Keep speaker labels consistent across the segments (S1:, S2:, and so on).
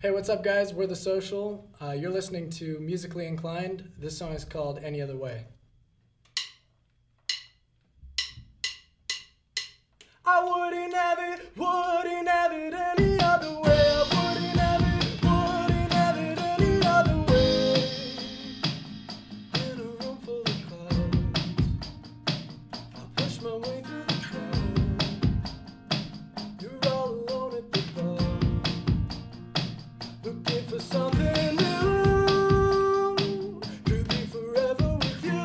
S1: Hey, what's up, guys? We're The Social. Uh, you're listening to Musically Inclined. This song is called Any Other Way. I wouldn't have it, wouldn't have it any other way. I wouldn't have it, wouldn't have it any other way. In a room full of clouds, I'll push my way through the crowd. You're all alone at the bar. Looking for something new. Could be forever with you.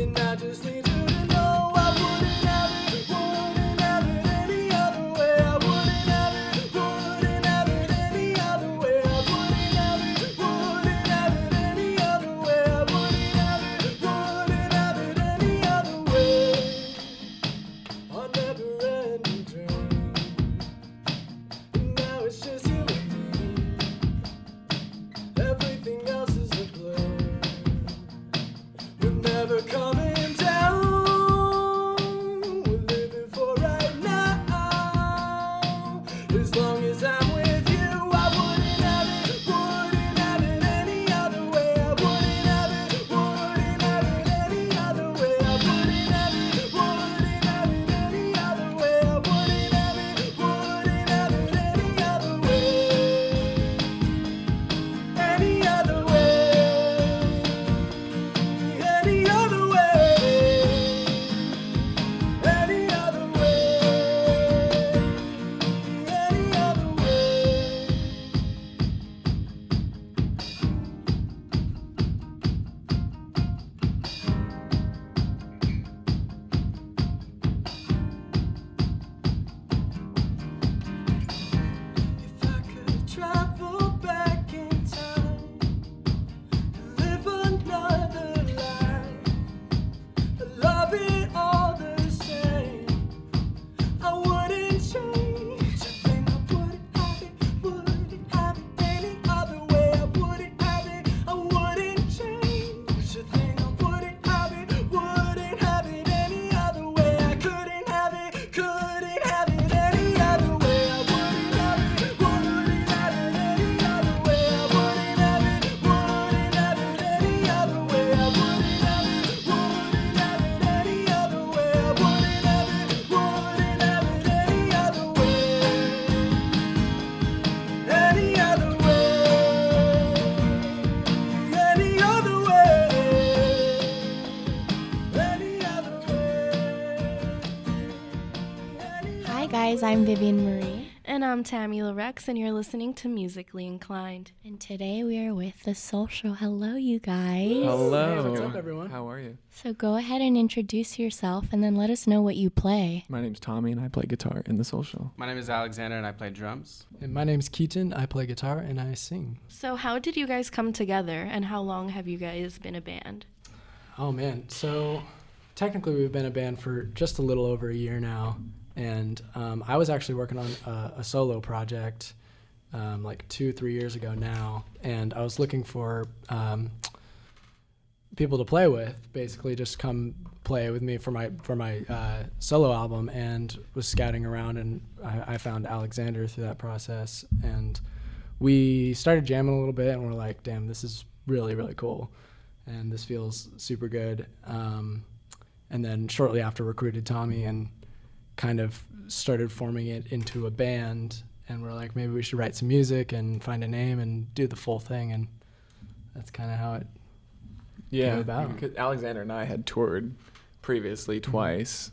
S1: And I just need you to know I wouldn't have it, wouldn't have it any other way. I wouldn't have it, wouldn't have it any other way. I wouldn't have it, wouldn't have it any other way. I wouldn't have it, wouldn't have it any other way. A never ending dream. Now it's just you and me. Everything else is a blur. You're never coming down. We're living for right now. As long as I'm with you, I wouldn't have it, wouldn't have it any other way. I wouldn't have it, wouldn't have it any other way. I wouldn't have it, wouldn't have it any other way. I wouldn't have it, wouldn't have it any other way. Any other way any other way. Any other way. Any other way. If I could travel back in time and live another life, I love it all the same. I wouldn't change a thing. I wouldn't have it, wouldn't have it any other way. I wouldn't have it, I wouldn't change a thing. I wouldn't have it, wouldn't have it any other way. I couldn't have it, couldn't have it any other way. I wouldn't have it, wouldn't have it any other way. I wouldn't have it, wouldn't have it any other way. I wouldn't have it, wouldn't have it any other way. I wouldn't have it, wouldn't have it any other way. Any other way. Any other way. Any other way. Any
S2: Hi, guys, I'm Vivian Marie,
S3: And I'm Tammy Rex, and you're listening to Musically Inclined.
S2: and today we are with The Social. Hello, you guys.
S4: Hello.
S1: Hey, what's up, everyone?
S4: How are you?
S2: So go ahead and introduce yourself and then let us know what you play.
S4: My name's Tommy, and I play guitar in the social.
S5: My name is Alexander and I play drums.
S1: And my name's Keaton. I play guitar and I sing.
S3: So, how did you guys come together, and how long have you guys been a band?
S1: Oh man, so technically we've been a band for just a little over a year now, and um, I was actually working on a, a solo project um, like two, three years ago now, and I was looking for um, people to play with, basically just come play with me for my for my uh, solo album, and was scouting around, and I, I found Alexander through that process, and we started jamming a little bit, and we're like, damn, this is really really cool and this feels super good. Um, and then shortly after, recruited Tommy and kind of started forming it into a band. And we're like, maybe we should write some music and find a name and do the full thing. And that's kind of how it.
S4: Yeah,
S1: Came about.
S4: because Alexander and I had toured previously twice,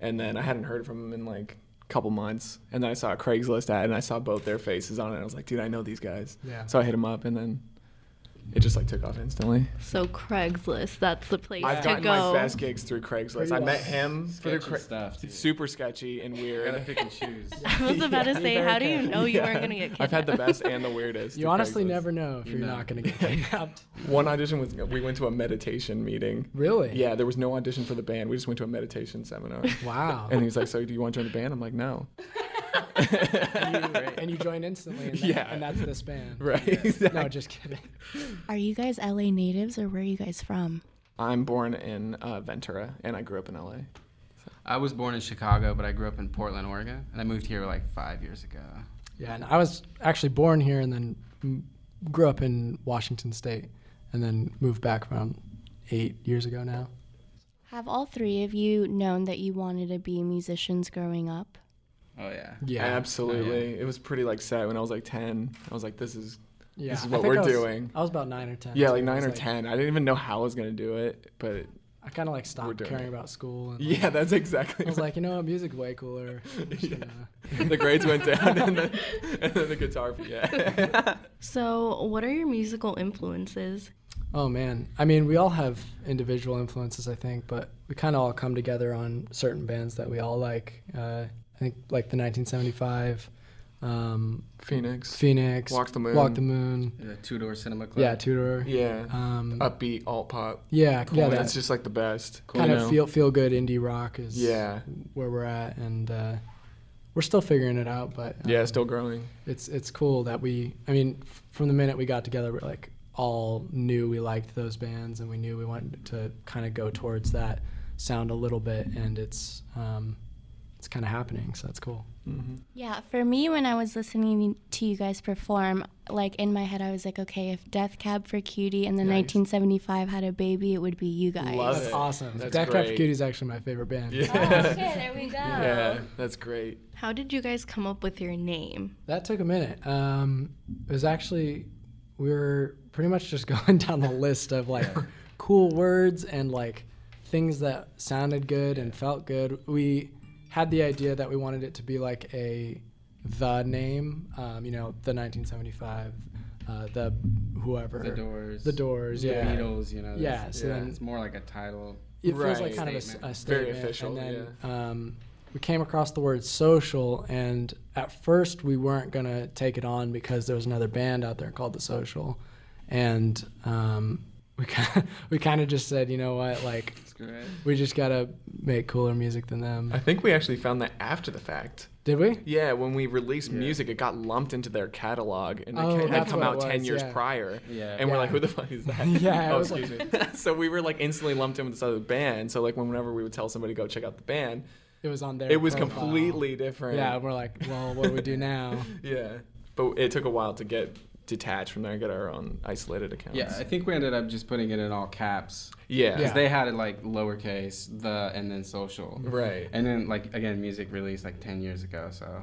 S4: and then I hadn't heard from him in like a couple months. And then I saw a Craigslist ad, and I saw both their faces on it. And I was like, dude, I know these guys.
S1: Yeah.
S4: So I hit him up, and then it just like took off instantly.
S3: So, Craigslist, that's the place
S4: I've
S3: to
S4: gotten
S3: go.
S4: my best gigs through Craigslist. I met him through
S5: Sketchy stuff, dude.
S4: Super sketchy and
S5: You gotta
S4: weird.
S5: pick and choose.
S3: I was about to say, how do you know you weren't
S4: Yeah.
S3: going to get kidnapped?
S4: I've had the best and the weirdest.
S1: You
S4: through
S1: honestly
S4: Craigslist.
S1: never know if
S5: You
S1: you're
S5: know.
S1: not going to get kidnapped.
S4: One audition was we went to a meditation meeting.
S1: really?
S4: Yeah, there was no audition for the band. We just went to a meditation seminar.
S1: Wow.
S4: and he's like, "So do you want to join the band?" I'm like, "No."
S1: and you join instantly, and, that-
S4: Yeah.
S1: and that's this band.
S4: Right?
S1: No,
S4: exactly.
S1: just kidding.
S2: Are you guys LA natives or where are you guys from?
S4: I'm born in uh, Ventura, and I grew up in LA.
S5: I was born in Chicago, but I grew up in Portland, Oregon, and I moved here like five years ago.
S6: Yeah, and I was actually born here and then m- grew up in Washington State and then moved back around eight years ago now.
S2: Have all three of you known that you wanted to be musicians growing up?
S5: Oh yeah.
S6: Yeah,
S4: Absolutely. It was pretty like set when I was like 10. I was like, this is
S6: yeah.
S4: This is
S6: I
S4: what
S6: think
S4: we're
S6: I was-
S4: doing.
S6: I was about nine or ten.
S4: yeah,
S6: so
S4: like
S6: it
S4: nine
S6: was
S4: or 10. I didn't even know how I was gonna do it, but
S6: I kind of like stopped
S4: doing
S6: caring
S4: it.
S6: about school. And like,
S4: yeah, that's exactly.
S6: I was like, uh." you know, what, music's way cooler. I'm just
S4: Yeah.
S6: gonna-
S4: the grades went down, and then, and then the guitar. Yeah.
S3: So, what are your musical influences?
S6: Oh man, I mean, we all have individual influences, I think, but we kind of all come together on certain bands that we all like. Uh, I think like the 1975, um,
S4: Phoenix.
S6: Phoenix,
S4: Walk the Moon.
S6: Walk the Moon,
S5: The Two Door Cinema Club.
S6: yeah, Tudor,
S4: Yeah.
S6: um,
S4: Upbeat alt pop.
S6: yeah,
S4: Cool.
S6: yeah,
S4: It's
S6: that
S4: just like the best.
S6: kind
S4: you
S6: of
S4: know?
S6: feel feel good indie rock is
S4: Yeah.
S6: where we're at, and uh, we're still figuring it out, but
S4: Yeah,
S6: um,
S4: still growing.
S6: it's it's cool that we i mean f- from the minute we got together we're like all knew we liked those bands and we knew we wanted to kind of go towards that sound a little bit and it's um it's kind of happening so that's cool
S2: Yeah, for me, when I was listening to you guys perform, like in my head, I was like, okay, if Death Cab for Cutie in the
S4: Nice.
S2: 1975 had a baby, it would be you guys.
S4: Love
S6: that's
S4: it.
S6: awesome
S4: That's
S6: death trap for
S4: great.
S6: cutie is actually my favorite band
S4: Yeah.
S2: there we go.
S4: yeah, that's great.
S3: How did you guys come up with your name?
S6: that took a minute um it was actually we were pretty much just going down the list of like cool words and like things that sounded good and felt good. We had the idea that we wanted it to be like a the name, um, you know, the 1975, uh, the whoever,
S5: The Doors.
S6: the Doors,
S5: The
S6: yeah.
S5: Beatles. You know.
S6: Yeah,
S5: there's-
S6: so then-
S5: it's more like a title.
S6: It feels
S4: Right.
S6: like kind of a s- a,
S5: Statement.
S6: statement.
S4: Very official,
S6: And then um, we came across the word social, and at first we weren't gonna take it on because there was another band out there called the Social, and um, we kind we kind of just said, you know what, like
S5: Screw it.
S6: we just gotta make cooler music than them.
S4: I think we actually found that after the fact.
S6: Did we?
S4: Yeah, when we released music, it got lumped into their catalog, and it ca-
S6: Oh,
S4: had
S6: that's
S4: come
S6: what
S4: out
S6: it
S4: ten
S6: was,
S4: years
S6: yeah.
S4: prior.
S5: Yeah.
S4: and we're like,
S6: Yeah.
S4: who the fuck is that?
S6: Yeah, it
S4: oh,
S6: was
S4: excuse me. so we were like instantly lumped in with this other band. So like, whenever we would tell somebody go check out the band,
S6: It was on there.
S4: it was completely different.
S6: Yeah, we're like, well, what do we do now?
S4: yeah. But it took a while to get detached from there and get our own isolated accounts.
S5: Yeah, I think we ended up just putting it in all caps.
S4: yeah,
S5: Because
S6: Yeah.
S5: they had it like lowercase, the, and then social.
S4: right.
S5: And then, like, again, music released like 10 years ago. So,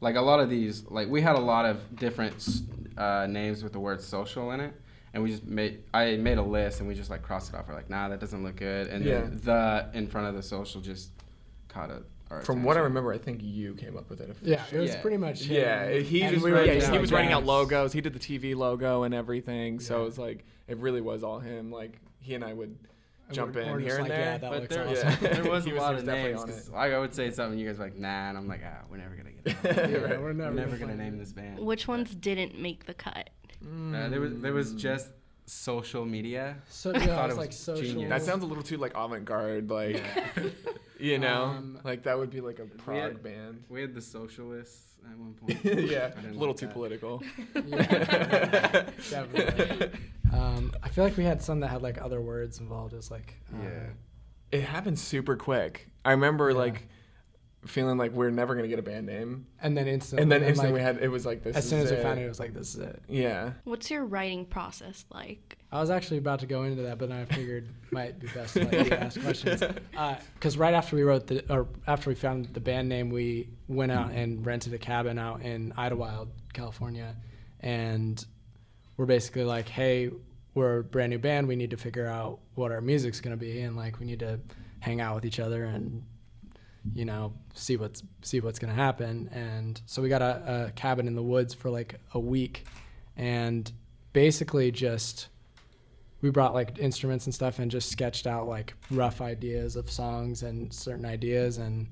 S5: like, a lot of these, like, we had a lot of different s- uh, names with the word social in it. And we just made, I made a list and we just, like, crossed it off. We're like, nah, that doesn't look good. And then the in front of the social just caught it.
S4: From what I remember, I think you came up with it.
S6: Yeah, it was
S5: Yeah.
S6: pretty much. him.
S4: Yeah, he
S6: And
S4: just
S6: we were
S4: wrote-
S5: writing
S4: yeah,
S6: just
S4: he
S5: down
S4: was writing out
S5: tracks.
S4: logos. He did the TV logo and everything. So it was like it really was all him. Like he and I would
S6: And
S4: jump
S6: we're-
S4: in
S6: we're
S4: here
S6: just
S4: and
S6: like,
S4: there.
S6: yeah, that
S5: But
S6: looks
S5: there,
S6: awesome.
S4: Yeah.
S5: there was
S4: He was- he
S5: a lot
S4: was
S5: of
S4: definitely
S5: names.
S4: on
S5: 'cause, Like, I would say something, you guys were like, nah. And I'm like, ah, we're never going to get that.
S6: Yeah,
S4: Right.
S6: we're
S5: We're
S6: never,
S5: never going to
S6: find
S5: name
S6: it.
S5: this band.
S3: Which ones didn't make the cut?
S5: Uh, there, was, there
S4: Mm.
S5: was just social media.
S6: So yeah,
S5: thought
S6: it's
S5: it
S6: like
S5: was
S6: social.
S5: genius.
S4: that sounds a little too like avant-garde. Like you know,
S6: Um,
S4: like that would be like a prog
S5: had-
S4: band.
S5: We had the socialists at one point.
S4: yeah,
S5: I
S4: a
S5: didn't
S4: little
S5: like
S4: too
S5: that.
S4: political.
S6: Yeah. Definitely. Um, I feel like we had some that had like other words involved. It was like uh,
S5: Yeah.
S4: It happened super quick. I remember
S6: Yeah.
S4: like feeling like we're never gonna get a band name,
S6: and then instantly,
S4: and then
S6: I'm
S4: instantly
S6: like-
S4: we had it was like this.
S6: as soon
S4: is
S6: as we
S4: it.
S6: found it, it was like this is it.
S4: Yeah.
S3: What's your writing process like?
S6: I was actually about to go into that, but then I figured might be best to let you ask questions. Because right after we wrote the, or after we found the band name, we went out and rented a cabin out in Idlewild, California, and we're basically like, hey, we're a brand new band. We need to figure out what our music's gonna be, and like we need to hang out with each other and you know see what's see what's gonna happen. And so we got a, a cabin in the woods for like a week, and basically just we brought like instruments and stuff and just sketched out like rough ideas of songs and certain ideas and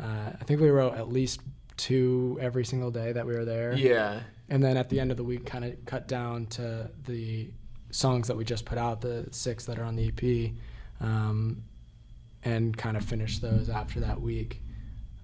S6: uh, I think we wrote at least two every single day that we were there.
S4: Yeah.
S6: And then at the end of the week, kind of cut down to the songs that we just put out, the six that are on the EP, um, and kind of finish those after that week.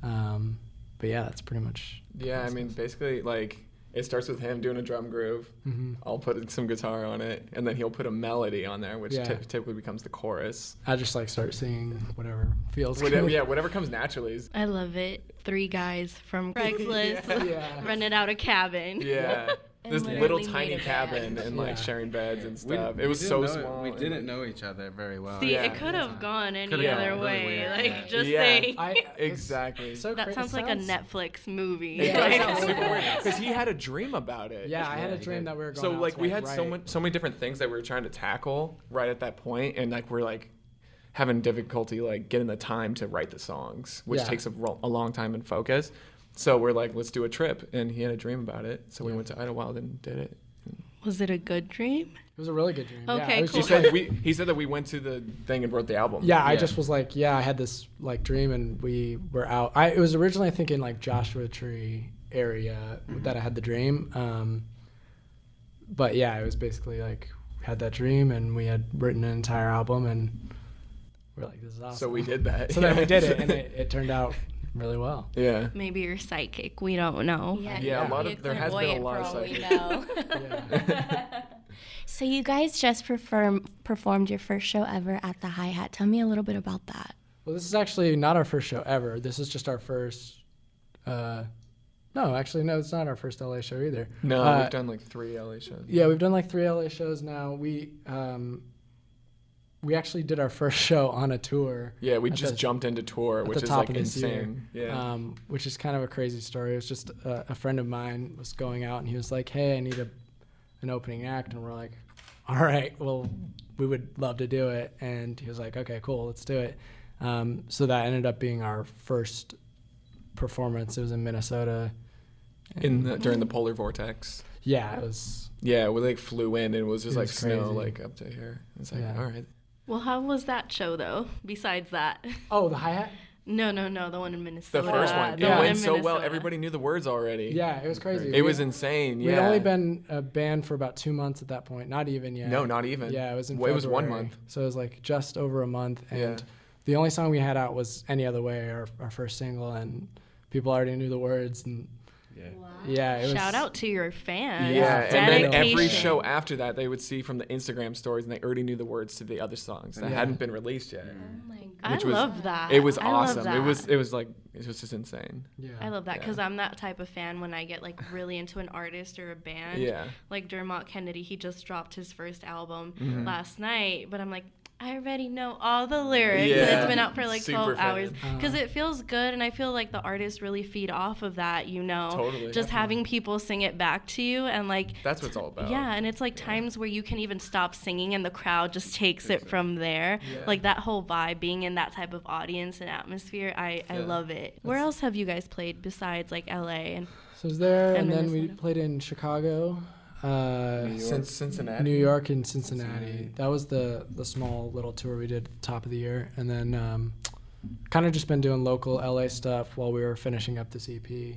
S6: Um, but yeah, that's pretty much.
S4: Yeah, I mean, basically, like It starts with him doing a drum groove.
S5: Mm-hmm.
S4: I'll put some guitar on it, and then he'll put a melody on there, which
S6: Yeah.
S4: typ- typically becomes the chorus.
S6: I just like start singing whatever feels
S4: Whatever,
S6: good.
S4: yeah, whatever comes naturally is
S3: I love it. Three guys from Craigslist
S6: Yeah.
S3: rented out a cabin.
S4: yeah.
S2: And
S4: This
S2: literally
S4: little
S2: made
S4: tiny
S2: a
S4: cabin and
S6: Yeah.
S4: like sharing beds and
S5: We-
S4: stuff.
S5: we
S4: it was
S5: didn't
S4: so
S5: know-
S4: small.
S5: We
S4: and-
S5: didn't know each other very well.
S3: See,
S4: Yeah.
S3: it could have gone any
S5: Could've gone
S3: other
S5: really
S3: way.
S5: weird,
S3: like
S5: yeah.
S3: just
S4: Yeah.
S3: saying.
S6: I, it's
S4: Exactly.
S6: So
S3: that
S6: cra-
S3: sounds like a Netflix movie.
S4: It does
S6: Yeah.
S3: Like-
S4: sound super weird because he had a dream about it.
S6: Yeah, I had
S5: Yeah,
S6: a
S5: you
S6: dream
S5: did.
S6: that we were going.
S4: So
S6: out
S4: like
S6: to,
S4: we had so
S6: write-
S4: much, so many different things that we were trying to tackle right at that point, and like we're like having difficulty like getting the time to write the songs, which
S6: Yeah.
S4: takes a, ro- a long time and focus. So we're like, let's do a trip, and he had a dream about it. So we went to Idlewild and did it.
S3: Was it a good dream?
S6: It was a really good dream. yeah,
S3: Okay,
S6: it was
S3: cool.
S4: He
S6: just
S4: said we. He said that we went to the thing and wrote the album.
S6: Yeah, I
S5: Yeah.
S6: just was like, yeah, I had this like dream, and we were out. I it was originally I think in like Joshua Tree area
S4: Mm-hmm.
S6: that I had the dream. Um, but yeah, it was basically like had that dream, and we had written an entire album, and we're like, this is awesome.
S4: So we did that.
S6: So then we did it, and it, it turned out really well.
S4: yeah.
S3: Maybe you're psychic. We don't know.
S2: Yeah,
S4: Yeah,
S6: a
S2: could
S6: lot
S2: be
S4: of- there has been a
S2: clairvoyant
S4: lot of
S2: for all we
S6: Yeah.
S2: know. So you guys just perform, performed your first show ever at the Hi Hat. Tell me a little bit about that.
S6: Well, this is actually not our first show ever. This is just our first. Uh, no, actually, no, it's not our first LA show either.
S4: No,
S6: Uh,
S4: we've done like three LA shows.
S6: Yeah, we've done like three LA shows now. We um, we actually did our first show on a tour.
S4: Yeah, we
S6: At
S4: just
S6: the-
S4: jumped into tour,
S6: at
S4: which
S6: the
S4: is
S6: top
S4: like
S6: of this
S4: insane.
S6: year,
S4: Yeah.
S6: um, which is kind of a crazy story. It was just a, a friend of mine was going out and he was like, "Hey, I need a an opening act," and we're like, "All right, well, we would love to do it." And he was like, "Okay, cool, let's do it." Um, so that ended up being our first performance. It was in Minnesota.
S4: in the, during the polar vortex.
S6: Yeah, it was.
S4: Yeah, we like flew in and it was just
S6: It
S4: like
S6: was
S4: snow
S6: crazy.
S4: like up to here. It's like
S6: Yeah.
S4: all right.
S3: Well, how was that show though? Besides that,
S6: Oh, the hi hat.
S3: no, no, no, the one in
S4: The
S3: Minnesota.
S4: first
S6: yeah,
S4: one,
S6: the
S4: it
S6: one
S4: went
S3: in
S4: so well.
S3: Minnesota.
S4: Everybody knew the words already.
S6: Yeah, it was crazy.
S4: it
S6: We-
S4: was insane. Yeah,
S6: We'd only been a band for about two months at that point. Not even yet.
S4: no, not even.
S6: Yeah, it was in.
S4: Well, it was one
S6: February.
S4: month.
S6: So it was like just over a month, and
S4: Yeah.
S6: the only song we had out was "Any Other Way," our, our first single, and people already knew the words, and
S5: Yeah.
S6: yeah, it was.
S3: Shout out to your fans.
S4: Yeah, and then every
S3: Dedication.
S4: show after that, they would see from the Instagram stories, and they already knew the words to the other songs that
S5: Yeah.
S4: hadn't been released yet.
S3: I
S4: which was-
S3: love that.
S4: It was
S3: Mm. I love
S4: awesome. It
S3: that.
S4: was it was like it was just insane.
S6: Yeah.
S3: I love that
S4: Yeah.
S3: because I'm that type of fan when I get like really into an artist or a band.
S4: Yeah,
S3: Like Dermot Kennedy, he just dropped his first album
S4: Mm-hmm.
S3: last night, but I'm like, I already know all the lyrics and
S4: Yeah.
S3: it's been out for like
S4: Super
S3: 12
S4: fan. Uh-huh.
S3: hours because it feels good and I feel like the artists really feed off of that, you know.
S4: Totally,
S3: Just
S4: definitely.
S3: having people sing it back to you and like
S4: that's what it's all about.
S3: yeah, and it's like times where you can even stop singing and the crowd just takes it from there.
S4: Yeah.
S3: Like that whole vibe, being in that type of audience and atmosphere, I, I
S4: Yeah.
S3: love it. Where else have you guys played besides like LA? And
S6: So it was there,
S3: And
S6: and then we
S3: Minnesota.
S6: played in Chicago, uh,
S4: since Cincinnati.
S6: New York, and Cincinnati.
S5: Cincinnati.
S6: That was the the small little tour we did at the top of the year, and then um, kind of just been doing local LA stuff while we were finishing up this EP.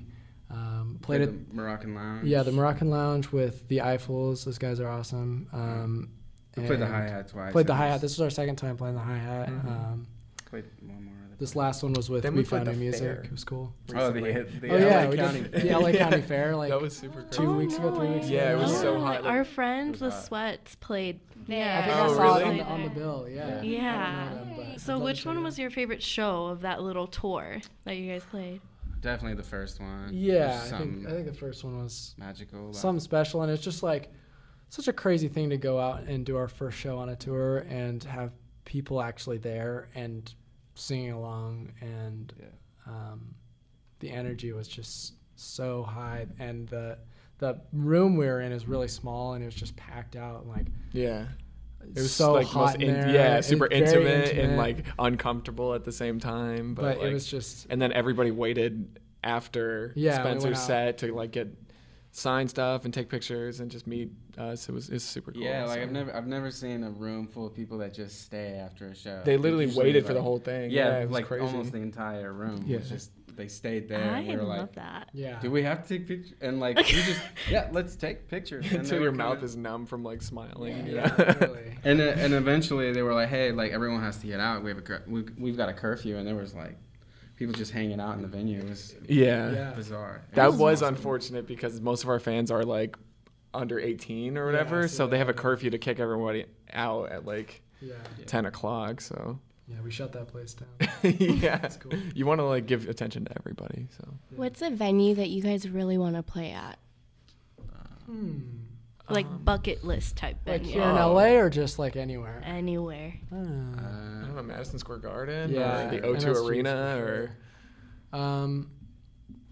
S6: Um, played
S5: Played
S6: it.
S5: at Moroccan Lounge.
S6: Yeah, the Moroccan Lounge with the Eiffels. Those guys are awesome. Um,
S5: We played the
S6: and
S5: hi hat twice.
S6: Played the hi
S5: and
S6: hat. This was our second time playing the hi hat.
S5: Mm-hmm.
S6: Um,
S5: Played one more. Other
S6: this last one was with
S4: Then
S6: We,
S4: we played
S6: Found New
S4: the
S6: Music.
S4: fair.
S6: It was cool.
S5: Oh, the,
S4: recently.
S5: the
S6: oh
S5: LA
S6: yeah, we
S5: County.
S6: did the LA County Fair. Like
S4: that was super
S6: two
S4: cool.
S3: Oh,
S6: weeks ago,
S3: no
S6: three weeks
S3: way.
S6: ago.
S4: Yeah, it was
S3: Oh,
S4: so hot.
S3: Our friend, the
S5: hot.
S3: Sweats, played.
S6: I think
S4: Oh,
S6: I saw
S4: really?
S6: it on the, on the bill. Yeah.
S3: Yeah.
S6: I don't know them, but
S3: So,
S6: I'd love to
S3: which
S6: check
S3: one
S6: it
S3: was your favorite show of that little tour that you guys played?
S5: Definitely the first one.
S6: out.
S5: There's
S6: Yeah, I
S5: something
S6: think I think the first one was
S5: magical. about-
S6: something special, and it's just like such a crazy thing to go out and do our first show on a tour and have people actually there and singing along and
S5: Yeah.
S6: um, the energy was just so high and the the room we were in is really small and it was just packed out and like
S4: Yeah. It was
S6: so
S4: like
S6: hot
S4: most
S6: in
S4: in,
S6: there,
S4: yeah,
S6: and
S4: super
S6: very
S4: intimate,
S6: intimate.
S4: and like uncomfortable at the same time. But,
S6: but
S4: like-
S6: it was just
S4: and then everybody waited after
S6: Yeah, we went
S4: Spencer's
S6: out.
S4: set to like get sign stuff and take pictures and just meet us. It was it's super cool.
S5: Yeah, like I've
S4: So-
S5: never I've never seen a room full of people that just stay after a show.
S4: They literally
S5: Usually,
S4: waited for the
S5: like-
S4: whole thing.
S5: Yeah,
S4: it was
S5: like
S4: crazy.
S5: almost the entire room
S6: Yeah.
S5: was just they stayed there.
S3: I
S5: and we were
S3: love
S5: like,
S3: that.
S6: yeah
S5: do we have to take pictures? And like you just yeah, let's take pictures and they
S4: until
S5: were
S4: your
S5: kinda-
S4: mouth is numb from like smiling. you
S6: yeah,
S4: know?
S6: really.
S5: And then- and eventually they were like, hey, like everyone has to get out. We have a cur- we we've got a curfew, and there was like. people just hanging out in the venue. It was
S4: Yeah.
S6: Yeah.
S5: bizarre. It
S4: That was
S5: awesome.
S4: unfortunate because most of our fans are like under 18 or whatever,
S6: so
S4: so they
S6: they
S4: have a
S6: don't-
S4: curfew to kick everybody out at like
S6: Yeah.
S4: 10 o'clock. So
S6: Yeah, we shut that place down.
S4: yeah,
S6: cool.
S4: you want to like give attention to everybody. So
S2: What's a venue that you guys really want to play at?
S3: like bucket list type
S6: Like
S3: venue.
S6: here in LA or just like
S3: Eh.
S6: anywhere?
S3: Anywhere.
S6: Uh,
S4: I don't know, Madison Square Garden,
S6: Yeah,
S4: or the
S6: MSG
S4: O2
S6: is for
S4: Arena,
S6: sure.
S4: or
S6: um,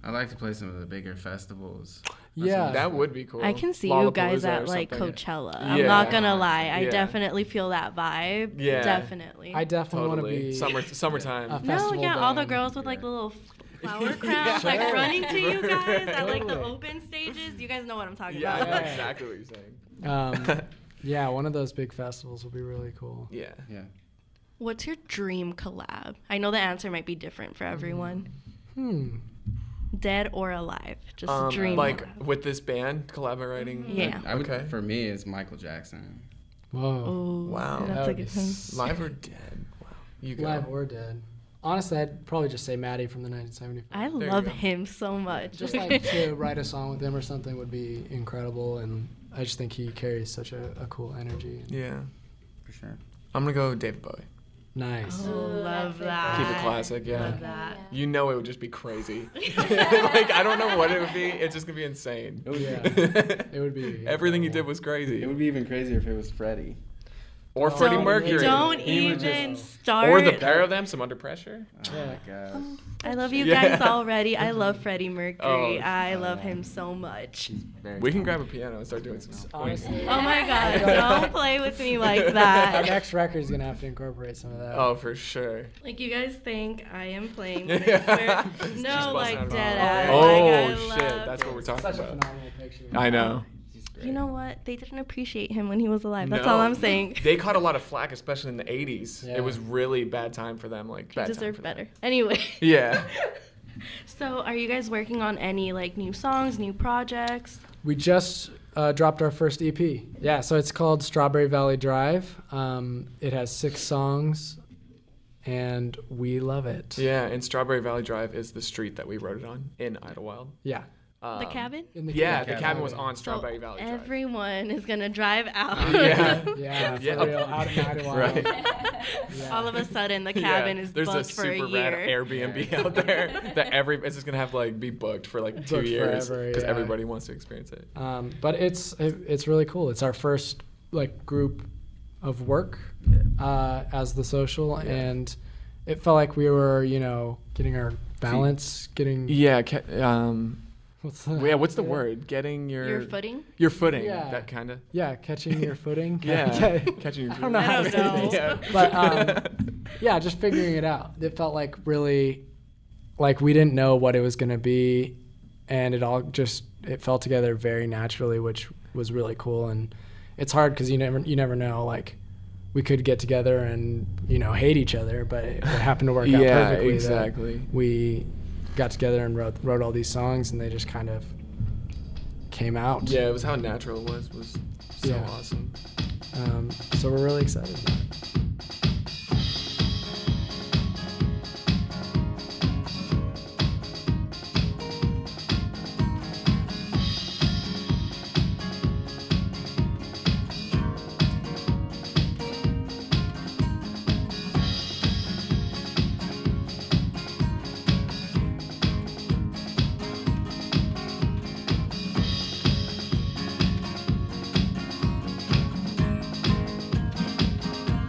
S5: I like to play some of the bigger festivals.
S6: yeah.
S4: that would be cool.
S3: I can see you guys
S4: Lollapalooza or
S3: at like
S4: something.
S3: Coachella. I'm
S4: Yeah.
S3: not gonna lie. I
S4: Yeah.
S3: definitely feel that vibe.
S4: Yeah.
S3: Definitely.
S6: I definitely want to
S4: Totally.
S6: be.
S4: Summer, summertime.
S6: a
S3: no,
S6: festival
S3: yeah, all the
S6: band.
S3: girls with like little flower crowns, like
S6: Sure.
S3: running to you guys at like the
S6: Totally.
S3: open stages. You guys know what I'm talking
S4: yeah, I
S3: about.
S4: know
S6: Yeah.
S4: exactly what you're saying.
S6: Um, yeah, one of those big festivals would be really cool.
S4: Yeah.
S5: Yeah.
S3: What's your dream collab? I know the answer might be different for everyone.
S6: Hmm.
S3: Dead or alive, just
S4: Mm. Um,
S3: dream.
S4: like
S3: collab.
S4: with this band collaborating.
S3: yeah.
S5: I would,
S4: Okay.
S5: For me, it's Michael Jackson.
S6: Whoa.
S3: Oh,
S4: Wow.
S3: That's
S6: That
S3: a
S6: would be
S3: good one.
S6: sick.
S4: Live or dead? Wow. You go.
S6: Live or dead. Honestly, I'd probably just say Maddie from the 1975.
S3: I
S4: you
S3: love
S4: go.
S3: him so much.
S6: Just like to write a song with him or something would be incredible, and I just think he carries such a, a cool energy.
S4: Yeah.
S5: For sure.
S4: I'm gonna go David Bowie.
S6: Nice.
S3: Oh, love that.
S4: Keep it classic, yeah.
S3: Love that.
S4: You know it would just be crazy. like I don't know what it would be. It's just gonna be insane.
S5: It would,
S6: Oh, Yeah.
S5: be,
S6: It would be.
S4: Everything he did was crazy.
S5: it would be even crazier if it was Freddie.
S4: or Freddie
S3: Don't-
S4: Mercury.
S3: Don't
S5: He would
S3: even
S6: just-
S3: start.
S4: or the pair of them, some under pressure.
S5: Oh
S6: Yeah.
S5: my gosh.
S3: I love you
S4: Yeah.
S3: guys already. I love Freddie Mercury.
S4: Oh,
S3: I love him so much.
S5: Very
S4: We can
S5: talented.
S4: grab a piano and start doing some.
S6: Honestly,
S3: Oh my god, don't play with me like
S6: our
S3: that.
S6: next record is gonna have to incorporate some of that.
S4: Oh, for sure.
S3: Like you guys think I am playing. but I
S4: Yeah.
S3: swear-
S4: Just
S3: no,
S4: busting
S3: like
S4: out.
S3: dead ass.
S4: Oh
S3: like, I
S4: shit,
S3: love-
S4: that's what we're talking
S6: Such a
S4: about.
S6: phenomenal picture.
S4: I know.
S5: He's great.
S3: You know what? They didn't appreciate him when he was alive. That's
S4: No.
S3: all I'm saying.
S4: They caught a lot of flack, especially in the '80s.
S6: Yeah.
S4: It was really bad time for them. Like
S3: He
S4: bad time
S3: deserved
S4: for them.
S3: better. Anyway.
S4: Yeah.
S3: So, are you guys working on any like new songs, new projects?
S6: We just uh, dropped our first EP. Yeah, so it's called Strawberry Valley Drive. Um, it has six songs, and we love it.
S4: Yeah, and Strawberry Valley Drive is the street that we wrote it on in Idlewild.
S6: Yeah.
S4: Um,
S3: the cabin?
S6: In the
S4: Yeah,
S6: cabin.
S4: the cabin was on Strawberry
S3: so
S4: Valley Drive.
S3: everyone is gonna drive out.
S4: Yeah.
S6: Yeah, for
S4: Yeah.
S6: real, out in Idlewild.
S4: Right.
S6: Yeah.
S3: All of a sudden, the cabin
S4: Yeah,
S3: is
S4: There's
S3: booked
S4: a
S3: for
S4: super
S3: a
S4: rad
S3: year.
S4: Airbnb out there that every it's just gonna have like be booked for like two
S6: Booked
S4: years
S6: forever,
S4: because
S6: yeah.
S4: everybody wants to experience it.
S6: Um, but it's it, it's really cool. It's our first like group of work uh, as the social, and it felt like we were you know getting our balance, getting
S4: Yeah. Ca- um.
S6: what's the,
S4: Yeah. What's the word? Getting your
S3: Your footing?
S4: Your footing.
S6: Yeah.
S4: That kind of.
S6: Yeah, catching your footing.
S4: Yeah.
S6: Okay.
S4: Catching your.
S6: I don't know how
S3: I
S6: to
S3: don't
S6: say
S4: Yeah.
S6: this. But um, yeah, just figuring it out. It felt like really, like we didn't know what it was going to be, and it all just it fell together very naturally, which was really cool. And it's hard because you never you never know. Like we could get together and you know hate each other, but it, it happened to work out
S4: Yeah,
S6: perfectly. that
S4: exactly.
S6: We got together and wrote wrote all these songs, and they just kind of came out.
S4: Yeah. It was how natural it was. Was so
S6: Yeah.
S4: awesome.
S6: Um, so we're really excited. About it.
S1: Thank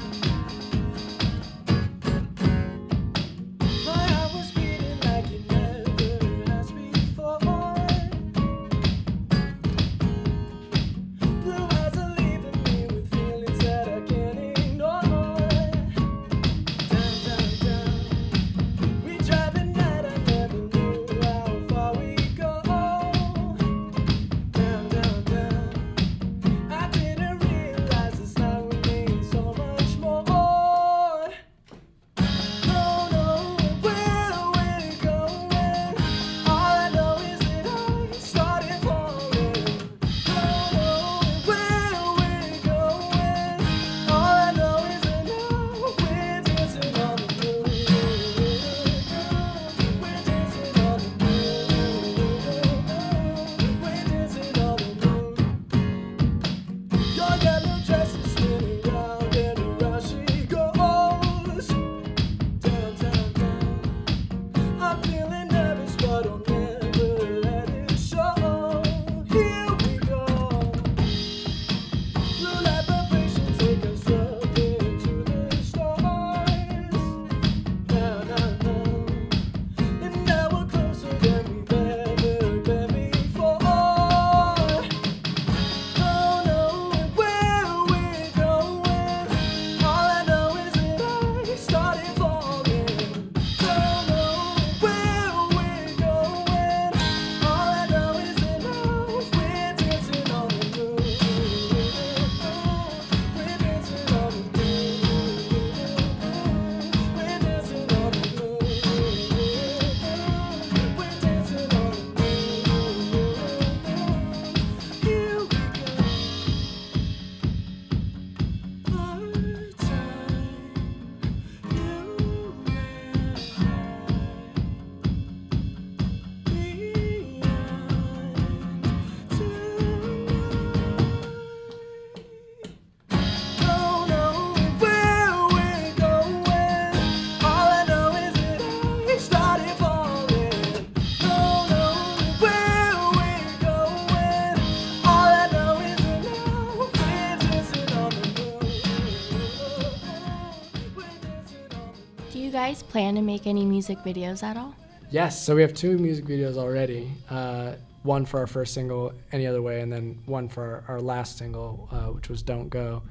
S2: guys plan to make any music videos at all?
S6: Yes, so we have two music videos already. Uh, one for our first single, Any Other Way, and then one for our, our last single, uh, which was Don't Go.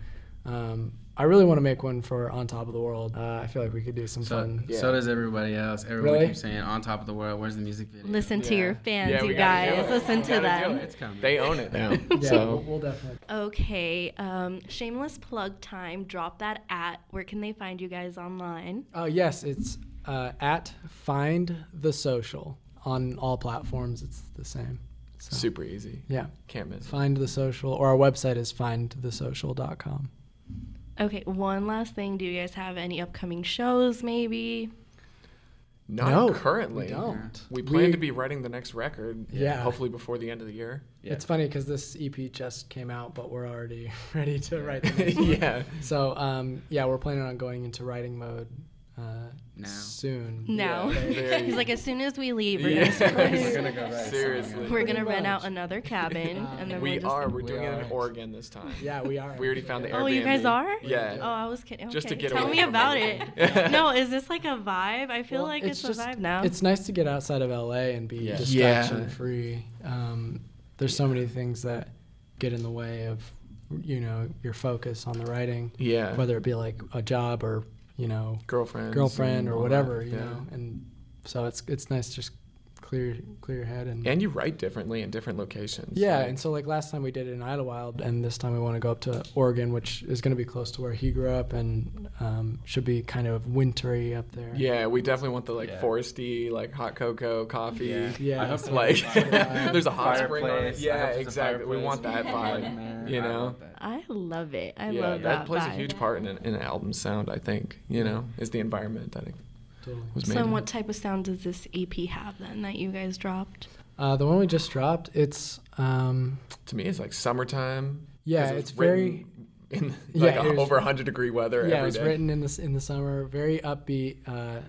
S6: Um, I really want to make one for On Top of the World. Uh, I feel like we could do some
S5: So,
S6: fun.
S5: so does everybody else. Everyone
S6: Really?
S5: keeps saying, "On top of the world." Where's the music video?
S3: Listen to
S4: Yeah.
S3: your fans,
S4: Yeah, we
S3: you
S4: gotta do
S3: guys.
S4: it.
S3: Listen
S4: We
S3: to
S4: gotta do
S3: them.
S4: it.
S5: It's coming.
S4: They own it now.
S6: Yeah, we'll,
S4: so
S6: we'll definitely.
S3: Okay, um, shameless plug time. Drop that at. Where can they find you guys online?
S6: Oh, yes, it's uh, at Find the Social on all platforms. It's the same. So,
S4: super easy.
S6: Yeah,
S4: Can't miss. it.
S6: Find the Social, or our website is findthesocial.com.
S3: Okay, one last thing. Do you guys have any upcoming shows? Maybe.
S4: Not
S6: No,
S4: currently.
S6: we don't.
S4: We plan
S6: We-
S4: to be writing the next record.
S6: Yeah.
S4: Hopefully before the end of the year.
S5: Yeah.
S6: It's funny because this EP just came out, but we're already ready to write the next one.
S4: yeah.
S6: So um, yeah, we're planning on going into writing mode uh,
S5: Now.
S6: soon.
S3: No.
S4: Yeah, very-
S3: He's like, as soon as we leave, we're
S4: Yeah.
S3: gonna,
S5: We're gonna go right.
S4: Seriously.
S3: we're gonna
S6: Pretty
S3: rent out
S6: much.
S3: another cabin, and then
S4: we
S3: we're just
S4: are. We're
S5: We
S4: doing it in
S5: are.
S4: Oregon this time.
S6: Yeah, we are.
S4: We already found the
S6: actually.
S4: Airbnb.
S3: Oh, you guys are?
S4: Yeah.
S3: Oh, I was kidding. Okay.
S4: Just to get
S3: Tell
S4: away
S3: me
S4: from
S3: about it.
S4: everything. Yeah.
S3: no, is this like a vibe? I feel
S6: Well,
S3: like it's, a vibe now.
S6: It's nice to get outside of LA and be
S4: Yeah.
S6: distraction
S4: Yeah.
S6: free. Um, there's so many things that get in the way of you know your focus on the writing,
S4: Yeah.
S6: whether it be like a job or you know
S4: Girlfriend.
S6: girlfriend or whatever. You know, and so it's it's nice to just clear clear your head and
S4: And you write differently in different locations.
S6: Yeah,
S4: Like,
S6: and so like last time we did it in Idlewild, and this time we want to go up to Oregon, which is going to be close to where he grew up, and um, should be kind of wintry up there.
S4: yeah, we definitely want the like
S5: Yeah.
S4: foresty, like hot cocoa, coffee.
S5: Yeah.
S6: Yeah.
S5: I hope they
S4: Like,
S5: have a fire-
S4: there's a hot spring on it.
S5: fireplace. I
S4: Yeah,
S5: hope there's a
S4: exactly. We
S5: fireplace
S4: want
S5: with
S4: that
S5: a plug in
S4: vibe,
S5: there.
S4: you
S5: I
S4: know?
S5: love that.
S3: I love it. I
S4: yeah,
S3: love
S4: that,
S3: that.
S4: plays a
S3: vibe.
S4: huge part in, an- in an album sound. I think you know is the environment that it
S6: totally.
S4: was made.
S3: So,
S4: in.
S3: what type of sound does this EP have then that you guys dropped?
S6: Uh, the one we just dropped, it's um,
S4: to me, it's like summertime. 'cause
S6: yeah,
S4: it was
S6: it's very
S4: written in
S6: Yeah,
S4: like
S6: it
S4: a,
S6: was-
S4: over 100 degree weather
S6: yeah, it
S4: every
S6: was
S4: day.
S6: written in this in the summer, very upbeat uh,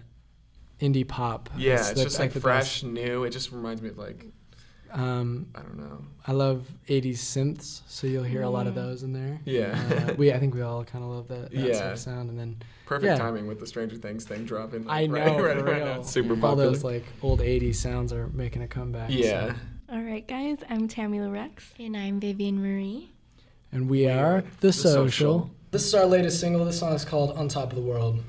S6: indie pop.
S4: Yeah,
S6: That's
S4: it's,
S6: the-
S4: just like
S6: the
S4: fresh, new. It just reminds me of like
S6: best. Um,
S4: I don't know.
S6: I love '80s synths, so you'll hear a lot of those in there.
S4: Yeah.
S6: Uh, we I think we all kind of love that, that sort
S4: Yeah.
S6: of sound, and then.
S4: Perfect
S6: Yeah.
S4: timing with the Stranger Things thing dropping.
S6: I
S4: like,
S6: know,
S4: right, right
S6: for
S4: around
S6: real.
S4: that super
S6: all
S4: popular.
S6: those like old 80s sounds are making a comeback. so-
S4: yeah,
S3: All right, guys, I'm Tammy Rex.
S2: And I'm Vivian Marie.
S6: And we are The,
S4: Social.
S6: Social. This is our latest single. This song is called On Top of the World.